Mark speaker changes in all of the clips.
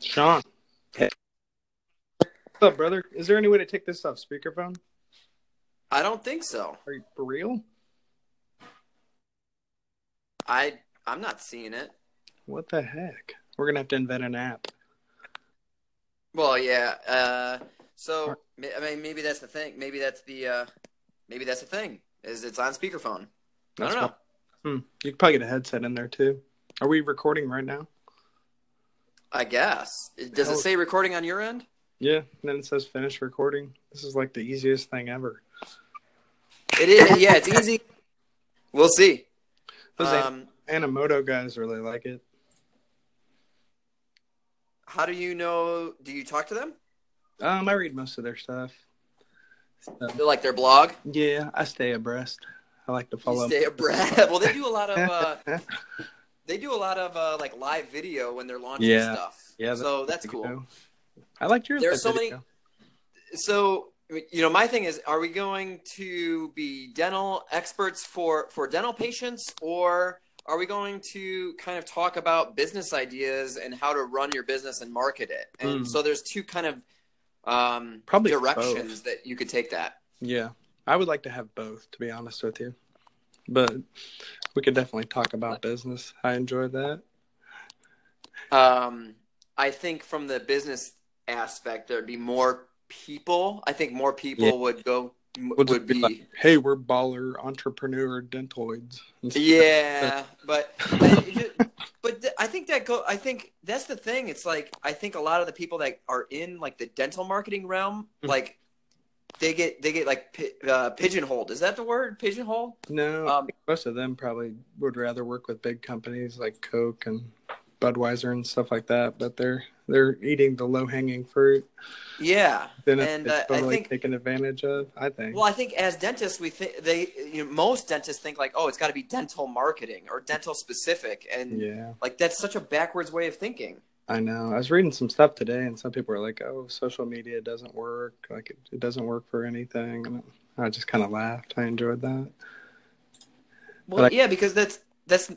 Speaker 1: Sean. Hey. What's up, brother? Is there any way to take this off speakerphone?
Speaker 2: I don't think so.
Speaker 1: Are you for real?
Speaker 2: I I'm not seeing it.
Speaker 1: What the heck? We're gonna have to invent an app.
Speaker 2: Well, yeah. Uh, so ma- I mean, maybe that's the thing. Maybe that's the uh, maybe that's the thing. Is it's on speakerphone? I
Speaker 1: That's
Speaker 2: don't know.
Speaker 1: why- Hmm. You could probably get a headset in there too. Are we recording right now?
Speaker 2: I guess. It- Does it
Speaker 1: Hell-
Speaker 2: say recording on your end?
Speaker 1: Yeah. And then it says finish recording. This is like the easiest thing ever.
Speaker 2: It is. Yeah, it's easy. We'll see.
Speaker 1: Those
Speaker 2: Um,
Speaker 1: Animoto guys really like it.
Speaker 2: how do you know? Do you talk to them?
Speaker 1: Um, I read most of their stuff. So,
Speaker 2: Like their blog?
Speaker 1: yeah, I stay abreast. I like to
Speaker 2: You
Speaker 1: follow.
Speaker 2: stay abreast. well, they do a lot of. Uh, they do a lot of uh, like live video when they're launching
Speaker 1: Yeah.
Speaker 2: stuff.
Speaker 1: Yeah,
Speaker 2: so oh, that's cool.
Speaker 1: I liked yours.
Speaker 2: There are
Speaker 1: that
Speaker 2: so many-
Speaker 1: video.
Speaker 2: So you know, my thing is, are we going to be dental experts for for dental patients, or are we going to kind of talk about business ideas and how to run your business and market it? And
Speaker 1: Mm.
Speaker 2: so there's two kind of um,
Speaker 1: Probably
Speaker 2: directions that you could take that.
Speaker 1: Yeah, I would like to have both, to be honest with you. But we could definitely talk about business. I enjoyed that.
Speaker 2: Um, I think from the business aspect, there'd be more people. I think more people
Speaker 1: Yeah.
Speaker 2: would go m-
Speaker 1: We'll just
Speaker 2: would
Speaker 1: be
Speaker 2: be
Speaker 1: like, hey, we're baller entrepreneur dentoids.
Speaker 2: yeah but I, but th- i think that go i think that's the thing it's like i think a lot of the people that are in like the dental marketing realm
Speaker 1: Mhm.
Speaker 2: like they get they get like pi- uh, pigeonholed is that the word pigeonholed
Speaker 1: No,
Speaker 2: um
Speaker 1: most of them probably would rather work with big companies like Coke and Budweiser and stuff like that. But they're they're eating the low hanging fruit.
Speaker 2: yeah
Speaker 1: Then it's
Speaker 2: And,
Speaker 1: it's
Speaker 2: uh, I
Speaker 1: totally
Speaker 2: think-
Speaker 1: taken advantage of. I think.
Speaker 2: well i think as dentists we think they you know most dentists think like oh it's got to be dental marketing or dental specific and
Speaker 1: yeah.
Speaker 2: like that's such a backwards way of thinking
Speaker 1: I know. I was reading some stuff today, and some people were like, "Oh, social media doesn't work. Like, it, it doesn't work for anything." And I just kind of laughed. I enjoyed that.
Speaker 2: well
Speaker 1: Like-
Speaker 2: yeah because that's that's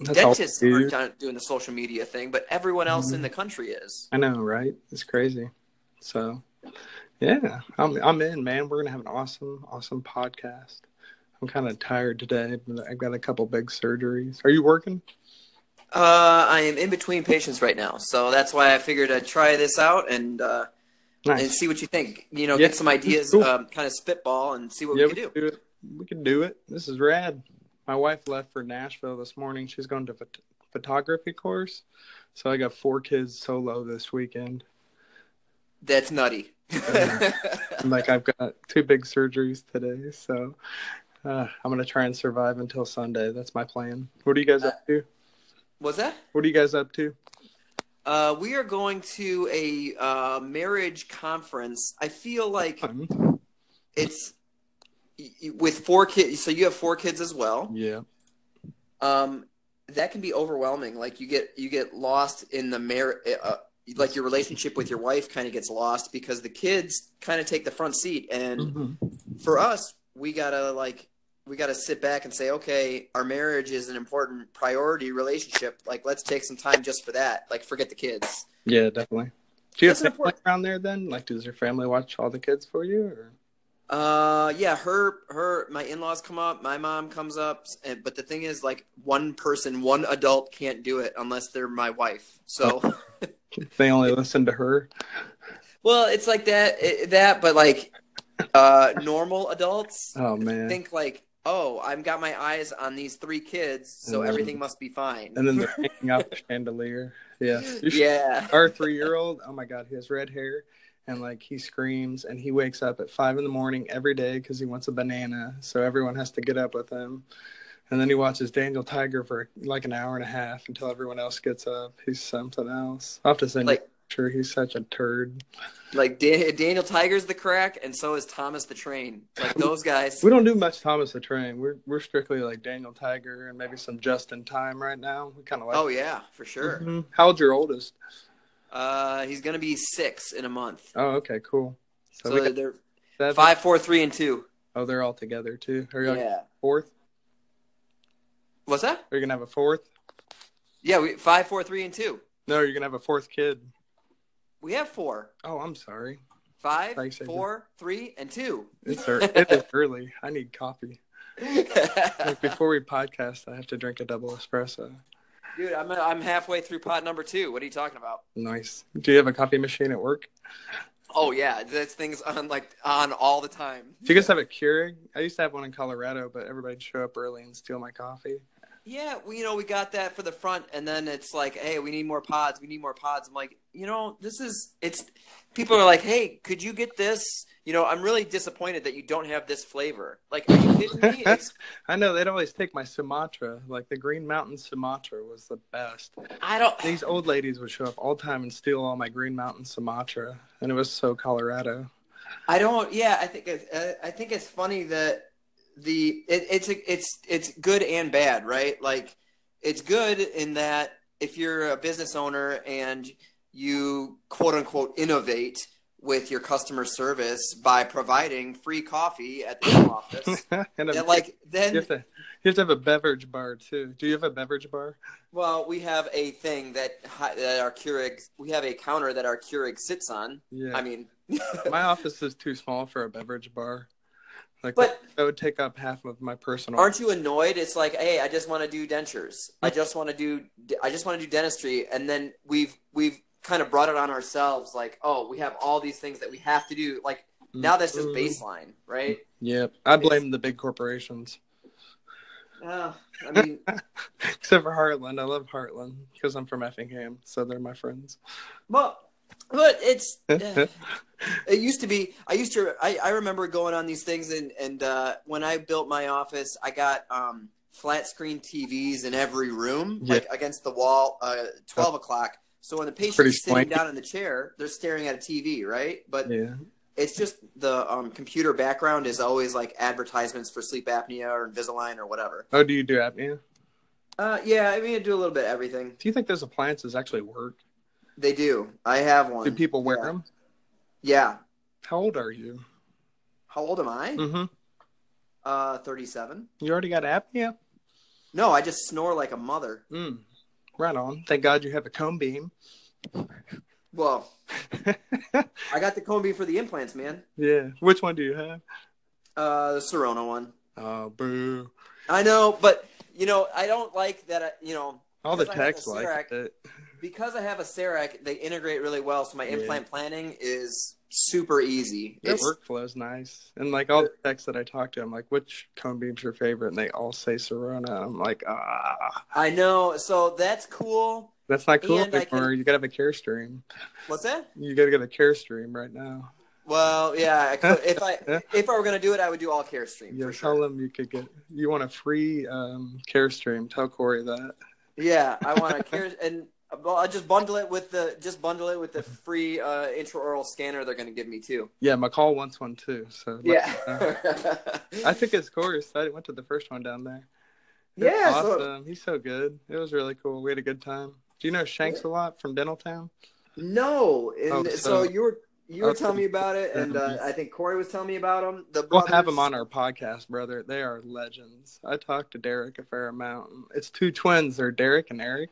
Speaker 1: That's all
Speaker 2: dentists
Speaker 1: we do.
Speaker 2: aren't done- doing the social media thing but everyone else in
Speaker 1: Mhm.
Speaker 2: the country is
Speaker 1: I know, right? It's crazy. So, yeah, I'm I'm in, man. We're gonna have an awesome, awesome podcast. I'm kind of tired today. but I've got a couple big surgeries. Are you working?
Speaker 2: Uh, I am in between patients right now, so that's why I figured I'd try this out and uh, and
Speaker 1: Nice.
Speaker 2: see what you think. You know,
Speaker 1: Yeah,
Speaker 2: get some ideas,
Speaker 1: cool.
Speaker 2: um, kind of spitball, and see what
Speaker 1: yeah,
Speaker 2: we can do.
Speaker 1: do it. We can do it. This is rad. My wife left for Nashville this morning. She's going to phot- photography course. So I got four kids solo this weekend.
Speaker 2: That's nutty.
Speaker 1: Yeah. And, like I've got two big surgeries today, so uh, I'm gonna try and survive until Sunday. That's my plan. What are you guys up to?
Speaker 2: What's that?
Speaker 1: What are you guys up to?
Speaker 2: Uh, we are going to a uh, marriage conference. I feel like
Speaker 1: Um,
Speaker 2: it's y- y- with four kids. So you have four kids as well.
Speaker 1: yeah,
Speaker 2: Um, that can be overwhelming. Like you get you get lost in the mar- uh, like your relationship with your wife kind of gets lost because the kids kind of take the front seat and.
Speaker 1: Mm-hmm.
Speaker 2: for us, we gotta like we gotta sit back and say, okay, our marriage is an important priority relationship. Like, let's take some time just for that. Like, forget the kids.
Speaker 1: yeah, definitely. Do you have
Speaker 2: That's an
Speaker 1: family
Speaker 2: important-
Speaker 1: around there then? Like, does your family watch all the kids for you? Or?
Speaker 2: Uh, yeah, her, her, my in-laws come up, my mom comes up, and, but the thing is, like, one person, one adult can't do it unless they're my wife. So,
Speaker 1: They only listen to her.
Speaker 2: well, it's like that, it, that, but like, uh, normal adults
Speaker 1: Oh man.
Speaker 2: think like, oh, I've got my eyes on these three kids, so
Speaker 1: Mhm.
Speaker 2: everything must be fine.
Speaker 1: and then they're hanging off the chandelier. Yeah. You should-
Speaker 2: yeah.
Speaker 1: Our three year old, oh my God, he has red hair and like he screams and he wakes up at five in the morning every day because he wants a banana. So everyone has to get up with him. And then he watches Daniel Tiger for like an hour and a half until everyone else gets up. He's something else. I'll have to send you
Speaker 2: Like-
Speaker 1: a picture. He's such a turd.
Speaker 2: Like Dan- Daniel Tiger's the crack, and so is Thomas the Train. Like those guys.
Speaker 1: We don't do much Thomas the Train. We're we're strictly like Daniel Tiger and maybe some Justin Time right now. We kind of like.
Speaker 2: Oh yeah, for sure.
Speaker 1: Mhm. How old's your oldest?
Speaker 2: Uh, he's gonna be six in a month.
Speaker 1: Oh, okay, cool. So, we
Speaker 2: So
Speaker 1: got
Speaker 2: they're
Speaker 1: seven.
Speaker 2: five, four, three, and two.
Speaker 1: Oh, they're all together too. Are you like
Speaker 2: Yeah.
Speaker 1: fourth?
Speaker 2: What's that?
Speaker 1: Are you gonna have a fourth?
Speaker 2: Yeah, we five, four, three, and two.
Speaker 1: No, you're gonna have a fourth kid.
Speaker 2: We have four,
Speaker 1: Oh, I'm sorry.
Speaker 2: five,
Speaker 1: Thanks, Adrian.
Speaker 2: four, three, and two.
Speaker 1: It's ear- it is early. I need coffee. Like
Speaker 2: Dude,
Speaker 1: before we podcast, I have to drink a double espresso.
Speaker 2: I'm I'm halfway through pot number two. What are you talking about?
Speaker 1: Nice. Do you have a coffee machine at work?
Speaker 2: Oh yeah, that's things on like on all the time.
Speaker 1: Do you guys have a Keurig? I used to have one in Colorado, but everybody'd show up early and steal my coffee.
Speaker 2: Yeah, we you know we got that for the front, and then it's like, hey, we need more pods. We need more pods. I'm like, you know, this is it's. People are like, hey, could you get this? You know, I'm really disappointed that you don't have this flavor. Like, are you kidding me? It's,
Speaker 1: I know they'd always take my Sumatra, like the Green Mountain Sumatra was the best.
Speaker 2: I don't.
Speaker 1: These old ladies would show up all the time and steal all my Green Mountain Sumatra, and it was so Colorado.
Speaker 2: I don't. Yeah, I think it's, uh, I think it's funny that the it, it's a, it's it's good and bad, right? Like it's good in that if you're a business owner and you quote unquote innovate with your customer service by providing free coffee at the office,
Speaker 1: and a-
Speaker 2: then, like
Speaker 1: you, have
Speaker 2: then
Speaker 1: to, you have to have a beverage bar too. Do you have a beverage bar?
Speaker 2: well we have a thing that hi- that our Keurig we have a counter that our Keurig sits on.
Speaker 1: Yeah.
Speaker 2: I mean,
Speaker 1: my office is too small for a beverage bar. Like
Speaker 2: but
Speaker 1: that would take up half of my personal.
Speaker 2: aren't you annoyed it's like hey i just want to do dentures i just want to do i just want to do dentistry and then we've we've kind of brought it on ourselves like oh we have all these things that we have to do like now that's just
Speaker 1: Mhm.
Speaker 2: baseline right
Speaker 1: Yep, I blame the big corporations.
Speaker 2: uh, i mean
Speaker 1: Except for Heartland, I love Heartland because I'm from Effingham, so they're my friends.
Speaker 2: well but it's eh, it used to be i used to i, I remember going on these things and and uh, when i built my office i got um flat screen tvs in every room
Speaker 1: Yeah.
Speaker 2: like against the wall uh 12 o'clock so when the
Speaker 1: pretty
Speaker 2: patient's
Speaker 1: swanky.
Speaker 2: sitting down in the chair they're staring at a tv right but
Speaker 1: yeah,
Speaker 2: it's just the um, computer background is always like advertisements for sleep apnea or invisalign or whatever
Speaker 1: Oh, do you do apnea?
Speaker 2: uh yeah i mean i do a little bit of everything
Speaker 1: Do you think those appliances actually work?
Speaker 2: they do i have one
Speaker 1: Do people wear
Speaker 2: Yeah.
Speaker 1: them?
Speaker 2: yeah
Speaker 1: How old are you?
Speaker 2: how old am i
Speaker 1: Mm-hmm.
Speaker 2: uh 37
Speaker 1: You already got apnea?
Speaker 2: no i just snore like a mother
Speaker 1: Mm. Right on. Thank God you have a cone beam.
Speaker 2: well I got the combi for the implants, man.
Speaker 1: yeah. Which one do you have?
Speaker 2: Uh, the Serona one.
Speaker 1: Oh, boo.
Speaker 2: I know, but you know, I don't like that. I, you know,
Speaker 1: All the
Speaker 2: Because I have
Speaker 1: techs
Speaker 2: a
Speaker 1: like it.
Speaker 2: because I have a CEREC, they integrate really well. So my
Speaker 1: Yeah.
Speaker 2: implant planning is super easy.
Speaker 1: Their
Speaker 2: It's-
Speaker 1: workflow's nice. And like all the techs that I talk to, I'm like, which cone beam's your favorite? And they all say Serona. I'm like, ah,
Speaker 2: I know. So that's cool.
Speaker 1: that's not cool
Speaker 2: And I can-
Speaker 1: anymore. You gotta have a care stream.
Speaker 2: What's that?
Speaker 1: You gotta get a care stream right now.
Speaker 2: Well, yeah. I could, if I if I were gonna do it, I would do all CareStream
Speaker 1: Yeah,
Speaker 2: for
Speaker 1: tell
Speaker 2: sure.
Speaker 1: them you could get you want a free um, care stream. Tell Corey that.
Speaker 2: Yeah, I want to care and. Well, I just bundle it with the just bundle it with the free uh, intraoral scanner they're going to give me too.
Speaker 1: Yeah, McCall wants one too. So let me know. I took his course. I went to the first one down there. It was
Speaker 2: yeah. So,
Speaker 1: awesome. He's so good. It was really cool. We had a good time. Do you know Shanks a lot from Dental Town?
Speaker 2: No, and
Speaker 1: Oh, so-
Speaker 2: so, you were you were
Speaker 1: Okay.
Speaker 2: telling me about it, and uh, I think Corey was telling me about them. The
Speaker 1: We'll
Speaker 2: brothers,
Speaker 1: have them on our podcast, brother. They are legends. I talked to Derek a fair amount. It's two twins. They're Derek and Eric.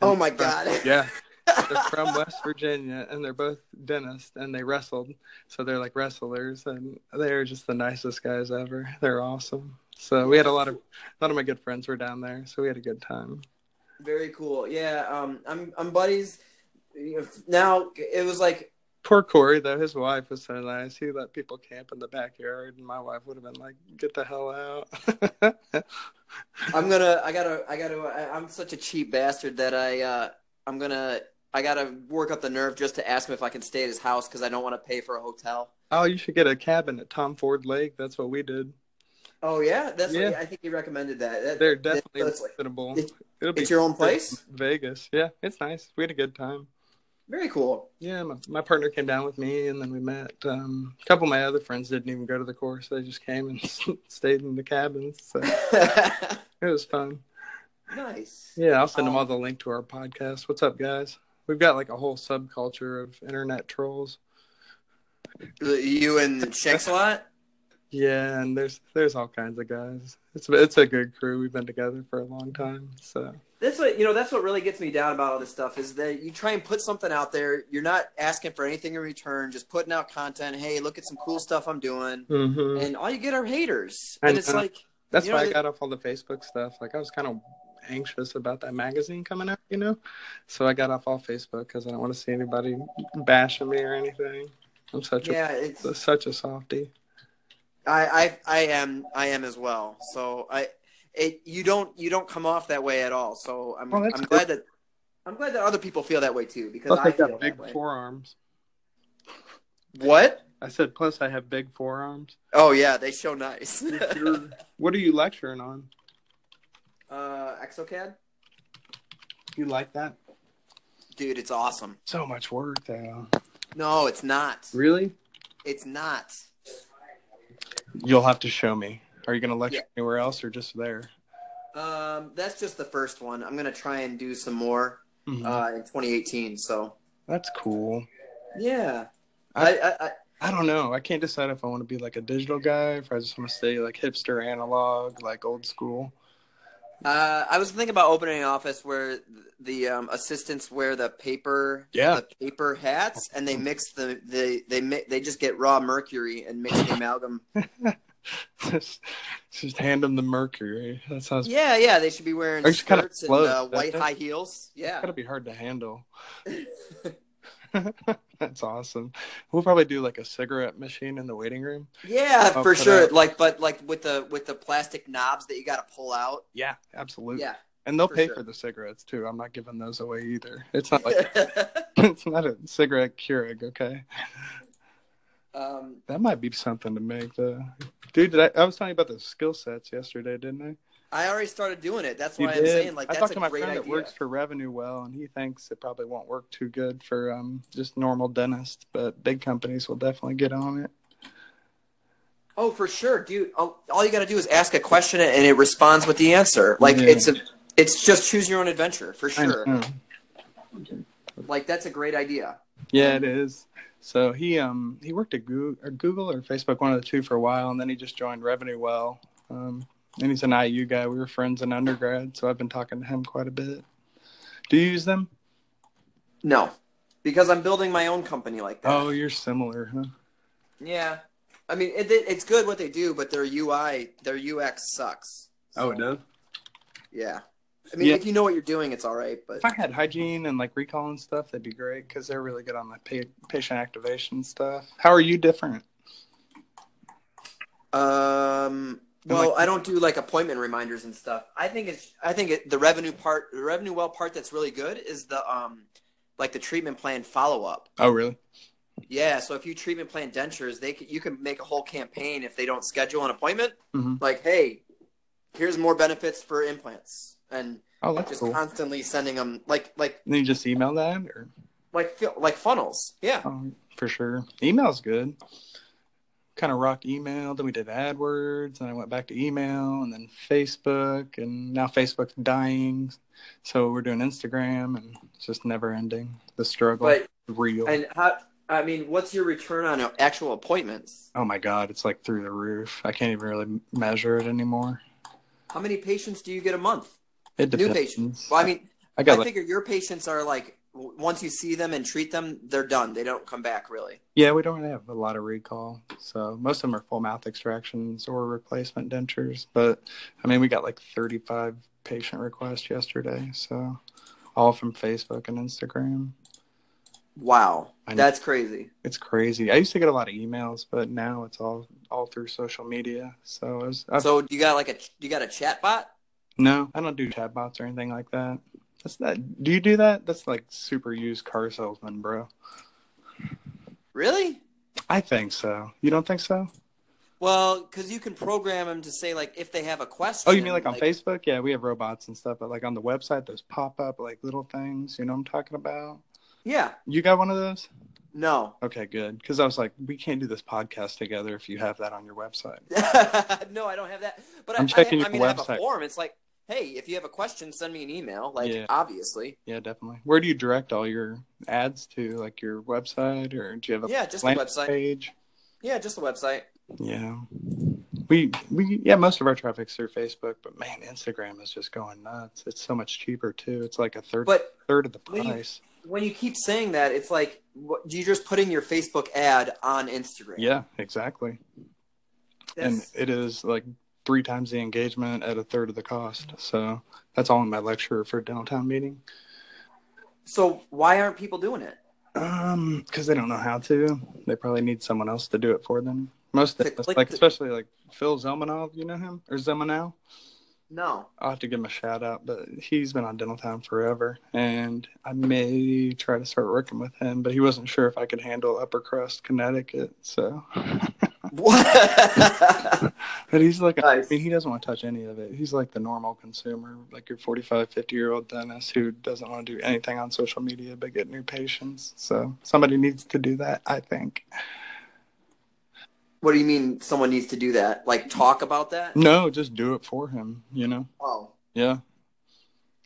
Speaker 2: Oh my god!
Speaker 1: Yeah. They're from West Virginia and they're both dentists and they wrestled. So they're like wrestlers and they're just the nicest guys ever. They're awesome. So we had a lot of a lot of my good friends were down there, so we had a good time.
Speaker 2: Very cool. Yeah, um, I'm I'm buddies. you know, Now it was like
Speaker 1: Poor Corey though, his wife was so nice. He let people camp in the backyard and my wife would have been like, Get the hell out.
Speaker 2: I'm gonna I gotta I gotta I, I'm such a cheap bastard that I uh, I'm gonna I gotta work up the nerve just to ask him if I can stay at his house because I don't want to pay for a hotel.
Speaker 1: oh, you should get a cabin at Tom Ford Lake. That's what we did.
Speaker 2: Oh yeah, that's
Speaker 1: Yeah.
Speaker 2: What, I think he recommended that. that
Speaker 1: They're
Speaker 2: that-
Speaker 1: definitely
Speaker 2: that's like-
Speaker 1: reasonable.
Speaker 2: it's-
Speaker 1: It'll be
Speaker 2: it's your own place.
Speaker 1: Vegas. Yeah, it's nice. We had a good time.
Speaker 2: Very cool.
Speaker 1: Yeah, my, my partner came down with me, and then we met. Um, a couple of my other friends didn't even go to the course; they just came and stayed in the cabins. So it was fun.
Speaker 2: nice.
Speaker 1: Yeah, I'll send them
Speaker 2: Um,
Speaker 1: all the link to our podcast. What's up, guys? We've got like a whole subculture of internet trolls.
Speaker 2: You and Shanks a lot.
Speaker 1: Yeah, and there's there's all kinds of guys. It's it's a good crew. We've been together for a long time, so
Speaker 2: That's what you know. That's what really gets me down about all this stuff is that you try and put something out there. You're not asking for anything in return. Just putting out content. Hey, look at some cool stuff I'm doing,
Speaker 1: Mm-hmm.
Speaker 2: and all you get are haters.
Speaker 1: I
Speaker 2: And it's
Speaker 1: know.
Speaker 2: like
Speaker 1: That's
Speaker 2: you know,
Speaker 1: why I
Speaker 2: the-
Speaker 1: got off all the Facebook stuff. Like I was kind of anxious about that magazine coming out, you know. So I got off all Facebook because I don't want to see anybody bashing me or anything. I'm such
Speaker 2: yeah, it's
Speaker 1: a such a softy.
Speaker 2: I, I I am I am as well. So I it you don't you don't come off that way at all. So I'm
Speaker 1: Oh,
Speaker 2: I'm
Speaker 1: that's cool.
Speaker 2: glad that I'm glad that other people feel that way too because
Speaker 1: Plus,
Speaker 2: I
Speaker 1: I
Speaker 2: feel
Speaker 1: got
Speaker 2: that
Speaker 1: big
Speaker 2: way.
Speaker 1: forearms.
Speaker 2: What?
Speaker 1: I said, plus I have big forearms.
Speaker 2: Oh yeah, they show nice.
Speaker 1: what are you lecturing on?
Speaker 2: uh, Exocad,
Speaker 1: You like that?
Speaker 2: dude, it's awesome.
Speaker 1: So much work, though.
Speaker 2: No, it's not.
Speaker 1: Really?
Speaker 2: It's not.
Speaker 1: You'll have to show me. Are you going to lecture
Speaker 2: Yeah.
Speaker 1: anywhere else or just there?
Speaker 2: Um, that's just the first one. I'm gonna try and do some more uh, in 2018. So
Speaker 1: Mm-hmm. That's cool.
Speaker 2: yeah, I
Speaker 1: I-
Speaker 2: I, I
Speaker 1: I don't know. I can't decide if I want to be like a digital guy, if I just want to stay like hipster analog, like old school.
Speaker 2: Uh, I was thinking about opening an office where the um, assistants wear the paper,
Speaker 1: Yeah.
Speaker 2: the paper hats, and they mix the they they mi- they just get raw mercury and mix the amalgam.
Speaker 1: just, just hand them the mercury. That sounds
Speaker 2: Yeah, yeah, they should be wearing
Speaker 1: Or
Speaker 2: skirts
Speaker 1: just kinda
Speaker 2: and
Speaker 1: clothes,
Speaker 2: uh,
Speaker 1: doesn't
Speaker 2: white
Speaker 1: it?
Speaker 2: high heels. Yeah,
Speaker 1: gotta be hard to handle. That's awesome. We'll probably do like a cigarette machine in the waiting room.
Speaker 2: yeah,
Speaker 1: I'll
Speaker 2: for
Speaker 1: put
Speaker 2: sure.
Speaker 1: out-
Speaker 2: Like, but like with the with the plastic knobs that you got to pull out.
Speaker 1: Yeah, absolutely.
Speaker 2: Yeah,
Speaker 1: and they'll
Speaker 2: for
Speaker 1: pay
Speaker 2: sure.
Speaker 1: for the cigarettes too. I'm not giving those away either. It's not like it's not a cigarette Keurig. Okay,
Speaker 2: um,
Speaker 1: that might be something to make though. Dude, did I, I was talking about the skill sets yesterday, didn't I?
Speaker 2: I already started doing it. That's
Speaker 1: You
Speaker 2: why I'm
Speaker 1: did.
Speaker 2: saying like
Speaker 1: I
Speaker 2: that's
Speaker 1: talked
Speaker 2: a
Speaker 1: to my
Speaker 2: great
Speaker 1: friend that
Speaker 2: idea.
Speaker 1: works for revenue well, and he thinks it probably won't work too good for um, just normal dentists, but big companies will definitely get on it.
Speaker 2: Oh, for sure, dude. All, all you got to do is ask a question and it responds with the answer. Like
Speaker 1: Yeah.
Speaker 2: it's a, it's just choose your own adventure for
Speaker 1: I
Speaker 2: sure.
Speaker 1: know.
Speaker 2: Like that's a great idea.
Speaker 1: Yeah, it is. So he um he worked at Google or, Google or Facebook, one of the two, for a while, and then he just joined Revenue Well. Um, and he's an IU guy. We were friends in undergrad, so I've been talking to him quite a bit. Do you use them?
Speaker 2: No, because I'm building my own company like that.
Speaker 1: Oh, you're similar, huh?
Speaker 2: yeah. I mean, it, it- it's good what they do, but their UI, their UX sucks.
Speaker 1: Oh,
Speaker 2: So,
Speaker 1: does.
Speaker 2: Yeah. I mean,
Speaker 1: Yeah.
Speaker 2: if you know what you're doing, it's all right. But
Speaker 1: If I had hygiene and like recall and stuff, that'd be great because they're really good on the pa- patient activation stuff. How are you different?
Speaker 2: um,
Speaker 1: And,
Speaker 2: well,
Speaker 1: like-
Speaker 2: I don't do like appointment reminders and stuff. I think it's, I think it, the revenue part, the revenue well part that's really good is the um, like the treatment plan follow up.
Speaker 1: Oh, really?
Speaker 2: Yeah, so if you treatment plan dentures, they c- you can make a whole campaign if they don't schedule an appointment.
Speaker 1: Mhm.
Speaker 2: Like, hey, here's more benefits for implants, and
Speaker 1: Oh, that's
Speaker 2: just
Speaker 1: cool.
Speaker 2: constantly sending them like like
Speaker 1: Then you just email that, or
Speaker 2: like fil- like funnels. Yeah,
Speaker 1: oh, for sure, email's good. Kind of rocked email. Then we did AdWords, and I went back to email, and then Facebook, and now Facebook's dying, so we're doing Instagram, and it's just never ending. The struggle,
Speaker 2: but
Speaker 1: real.
Speaker 2: and how? I mean, what's your return on a- actual appointments?
Speaker 1: oh my god, it's like through the roof. I can't even really measure it anymore.
Speaker 2: How many patients do you get a month?
Speaker 1: It
Speaker 2: New
Speaker 1: depends.
Speaker 2: patients. Well, I mean,
Speaker 1: I
Speaker 2: I
Speaker 1: got like
Speaker 2: figure your patients are like w- once you see them and treat them, they're done. They don't come back really.
Speaker 1: Yeah, we don't really have a lot of recall. So most of them are full mouth extractions or replacement dentures. But I mean, we got like 35 patient requests yesterday. So all from Facebook and Instagram.
Speaker 2: Wow,
Speaker 1: I know.
Speaker 2: that's crazy.
Speaker 1: It's crazy. I used to get a lot of emails, but now it's all all through social media. So it was, I've,
Speaker 2: So do you got like a ch- you got a chat bot?
Speaker 1: no, I don't do chatbots or anything like that. That's that. Do you do that? That's like super used car salesman, bro.
Speaker 2: Really?
Speaker 1: I think so. You don't think so?
Speaker 2: Well, because you can program them to say like if they have a question.
Speaker 1: Oh, you mean like on Facebook? Yeah, we have robots and stuff, but like on the website, those pop up like little things. You know what I'm talking about?
Speaker 2: Yeah.
Speaker 1: You got one of those?
Speaker 2: No.
Speaker 1: Okay, good. Because I was like, we can't do this podcast together if you have that on your website.
Speaker 2: no, I don't have that. But I,
Speaker 1: I'm checking
Speaker 2: I,
Speaker 1: your
Speaker 2: I mean, I have a
Speaker 1: website.
Speaker 2: form. It's like, hey, if you have a question, send me an email. Like,
Speaker 1: Yeah.
Speaker 2: obviously.
Speaker 1: Yeah, definitely. Where do you direct all your ads to? Like your website, or do you have a
Speaker 2: Yeah, just the
Speaker 1: landing
Speaker 2: website.
Speaker 1: page?
Speaker 2: Yeah, just the website.
Speaker 1: Yeah, we we yeah, most of our traffic's through Facebook, but man, Instagram is just going nuts. It's so much cheaper too. It's like a third
Speaker 2: But
Speaker 1: third of the
Speaker 2: when you-
Speaker 1: price.
Speaker 2: when you keep saying that, it's like what- you're just putting your Facebook ad on Instagram.
Speaker 1: Yeah, exactly.
Speaker 2: That's-
Speaker 1: And it is like three times the engagement at a third of the cost. So that's all in my lecture for downtown meeting.
Speaker 2: so why aren't people doing it?
Speaker 1: Um, because they don't know how to. They probably need someone else to do it for them. Most
Speaker 2: To
Speaker 1: of us,
Speaker 2: click
Speaker 1: like
Speaker 2: the-
Speaker 1: especially like Phil Zelmanov, you know him or Zelmanow.
Speaker 2: No.
Speaker 1: I'll have to give him a shout out, but he's been on dental time forever, and I may try to start working with him. But he wasn't sure if I could handle upper crust Connecticut, so.
Speaker 2: What?
Speaker 1: But he's like,
Speaker 2: Nice.
Speaker 1: I mean, he doesn't want to touch any of it. He's like the normal consumer, like your 45, 50 year old dentist who doesn't want to do anything on social media but get new patients. So somebody needs to do that, I think.
Speaker 2: what do you mean someone needs to do that? Like talk about that?
Speaker 1: No, just do it for him, you know?
Speaker 2: Oh.
Speaker 1: Yeah.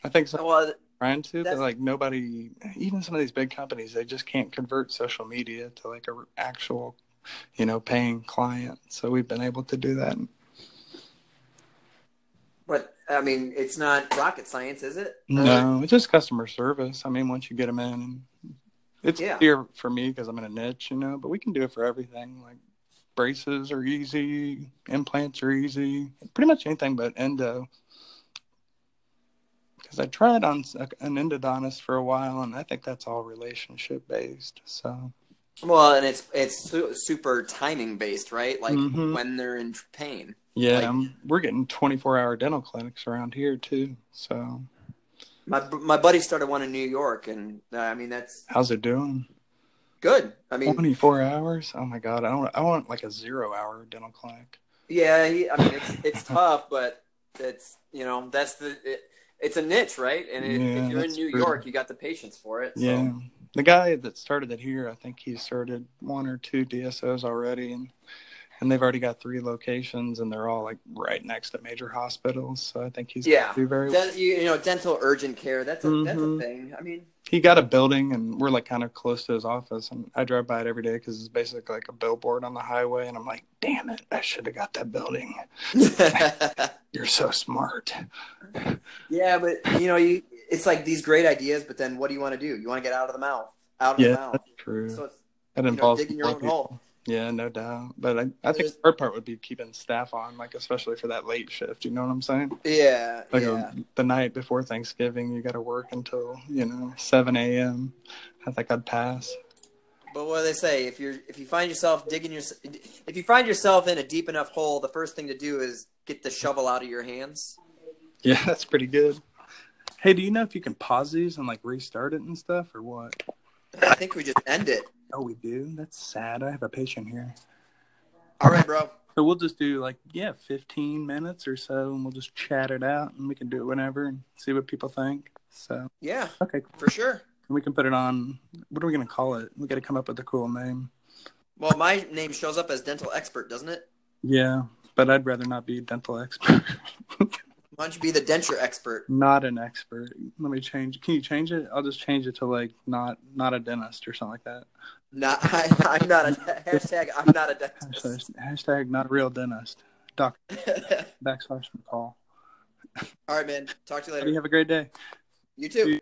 Speaker 1: I think so.
Speaker 2: Well,
Speaker 1: Trying to, but
Speaker 2: That's-
Speaker 1: like nobody, even some of these big companies, they just can't convert social media to like a r- actual, you know, paying client. So we've been able to do that.
Speaker 2: but I mean, it's not rocket science, is it? Uh,
Speaker 1: No, it's just customer service. I mean, once you get them in, it's
Speaker 2: Yeah.
Speaker 1: easier for me because I'm in a niche, you know. But we can do it for everything. Like braces are easy, implants are easy, pretty much anything but endo. Because I tried on s- an endodontist for a while, and I think that's all relationship based. So
Speaker 2: Well, and it's it's su- super timing based, right? Like
Speaker 1: Mhm.
Speaker 2: when they're in pain.
Speaker 1: yeah,
Speaker 2: Like-
Speaker 1: um, we're getting 24 hour dental clinics around here too. So
Speaker 2: My my buddy started one in New York, and uh, I mean that's
Speaker 1: how's it doing?
Speaker 2: good. I mean,
Speaker 1: 24 hours? Oh my god, I don't. I want like a zero hour dental clinic.
Speaker 2: yeah, he, I mean it's it's tough, but it's you know that's the it, it's a niche, right? And it,
Speaker 1: Yeah,
Speaker 2: if you're in
Speaker 1: that's
Speaker 2: New
Speaker 1: true.
Speaker 2: York, you got the patience for it. So.
Speaker 1: Yeah. The guy that started it here, I think he started one or two DSOs already and and they've already got three locations and they're all like right next to major hospitals. So I think he's gonna
Speaker 2: Yeah.
Speaker 1: do very well.
Speaker 2: That, you, you know, dental urgent care. That's a that's a
Speaker 1: Mhm.
Speaker 2: thing. I mean,
Speaker 1: He got a building and we're like kind of close to his office and I drive by it every day because it's basically like a billboard on the highway and I'm like, damn it, I should have got that building. You're so smart.
Speaker 2: yeah, but you know, you it's like these great ideas, but then what do you want to do? You want to get out of the mouth, out of the
Speaker 1: Yeah,
Speaker 2: mouth.
Speaker 1: that's true.
Speaker 2: Oh, So it's
Speaker 1: that
Speaker 2: you know,
Speaker 1: involves
Speaker 2: digging your
Speaker 1: more
Speaker 2: own
Speaker 1: people.
Speaker 2: hole.
Speaker 1: Yeah, no doubt. But I, I think
Speaker 2: There's-
Speaker 1: the hard part would be keeping staff on, like especially for that late shift. You know what I'm saying?
Speaker 2: Yeah,
Speaker 1: Like
Speaker 2: yeah.
Speaker 1: a, the night before Thanksgiving, you got to work until you know 7 a.m. I think I'd pass.
Speaker 2: But what do they say? If you're if you find yourself digging your if you find yourself in a deep enough hole, the first thing to do is get the shovel out of your hands.
Speaker 1: Yeah, that's pretty good. Hey, do you know if you can pause these and like restart it and stuff, or what?
Speaker 2: I think we just end it.
Speaker 1: Oh, we do. That's sad. I have a patient here.
Speaker 2: All right, bro.
Speaker 1: So we'll just do like yeah, 15 minutes or so, and we'll just chat it out, and we can do it whenever and see what people think. So
Speaker 2: Yeah,
Speaker 1: okay,
Speaker 2: for sure.
Speaker 1: And we can put it on. What are we gonna call it? We got to come up with a cool name.
Speaker 2: Well, my name shows up as dental expert, doesn't it?
Speaker 1: Yeah, but I'd rather not be a dental expert.
Speaker 2: Why don't you be the denture expert?
Speaker 1: not an expert. Let me change. Can you change it? I'll just change it to like not not a dentist or something like that.
Speaker 2: Not I, I'm not a hashtag. I'm not a
Speaker 1: Hashtag,
Speaker 2: dentist.
Speaker 1: hashtag not real dentist. Doc backslash McCall.
Speaker 2: All right, man. Talk to you
Speaker 1: You
Speaker 2: later.
Speaker 1: have a great day.
Speaker 2: You too.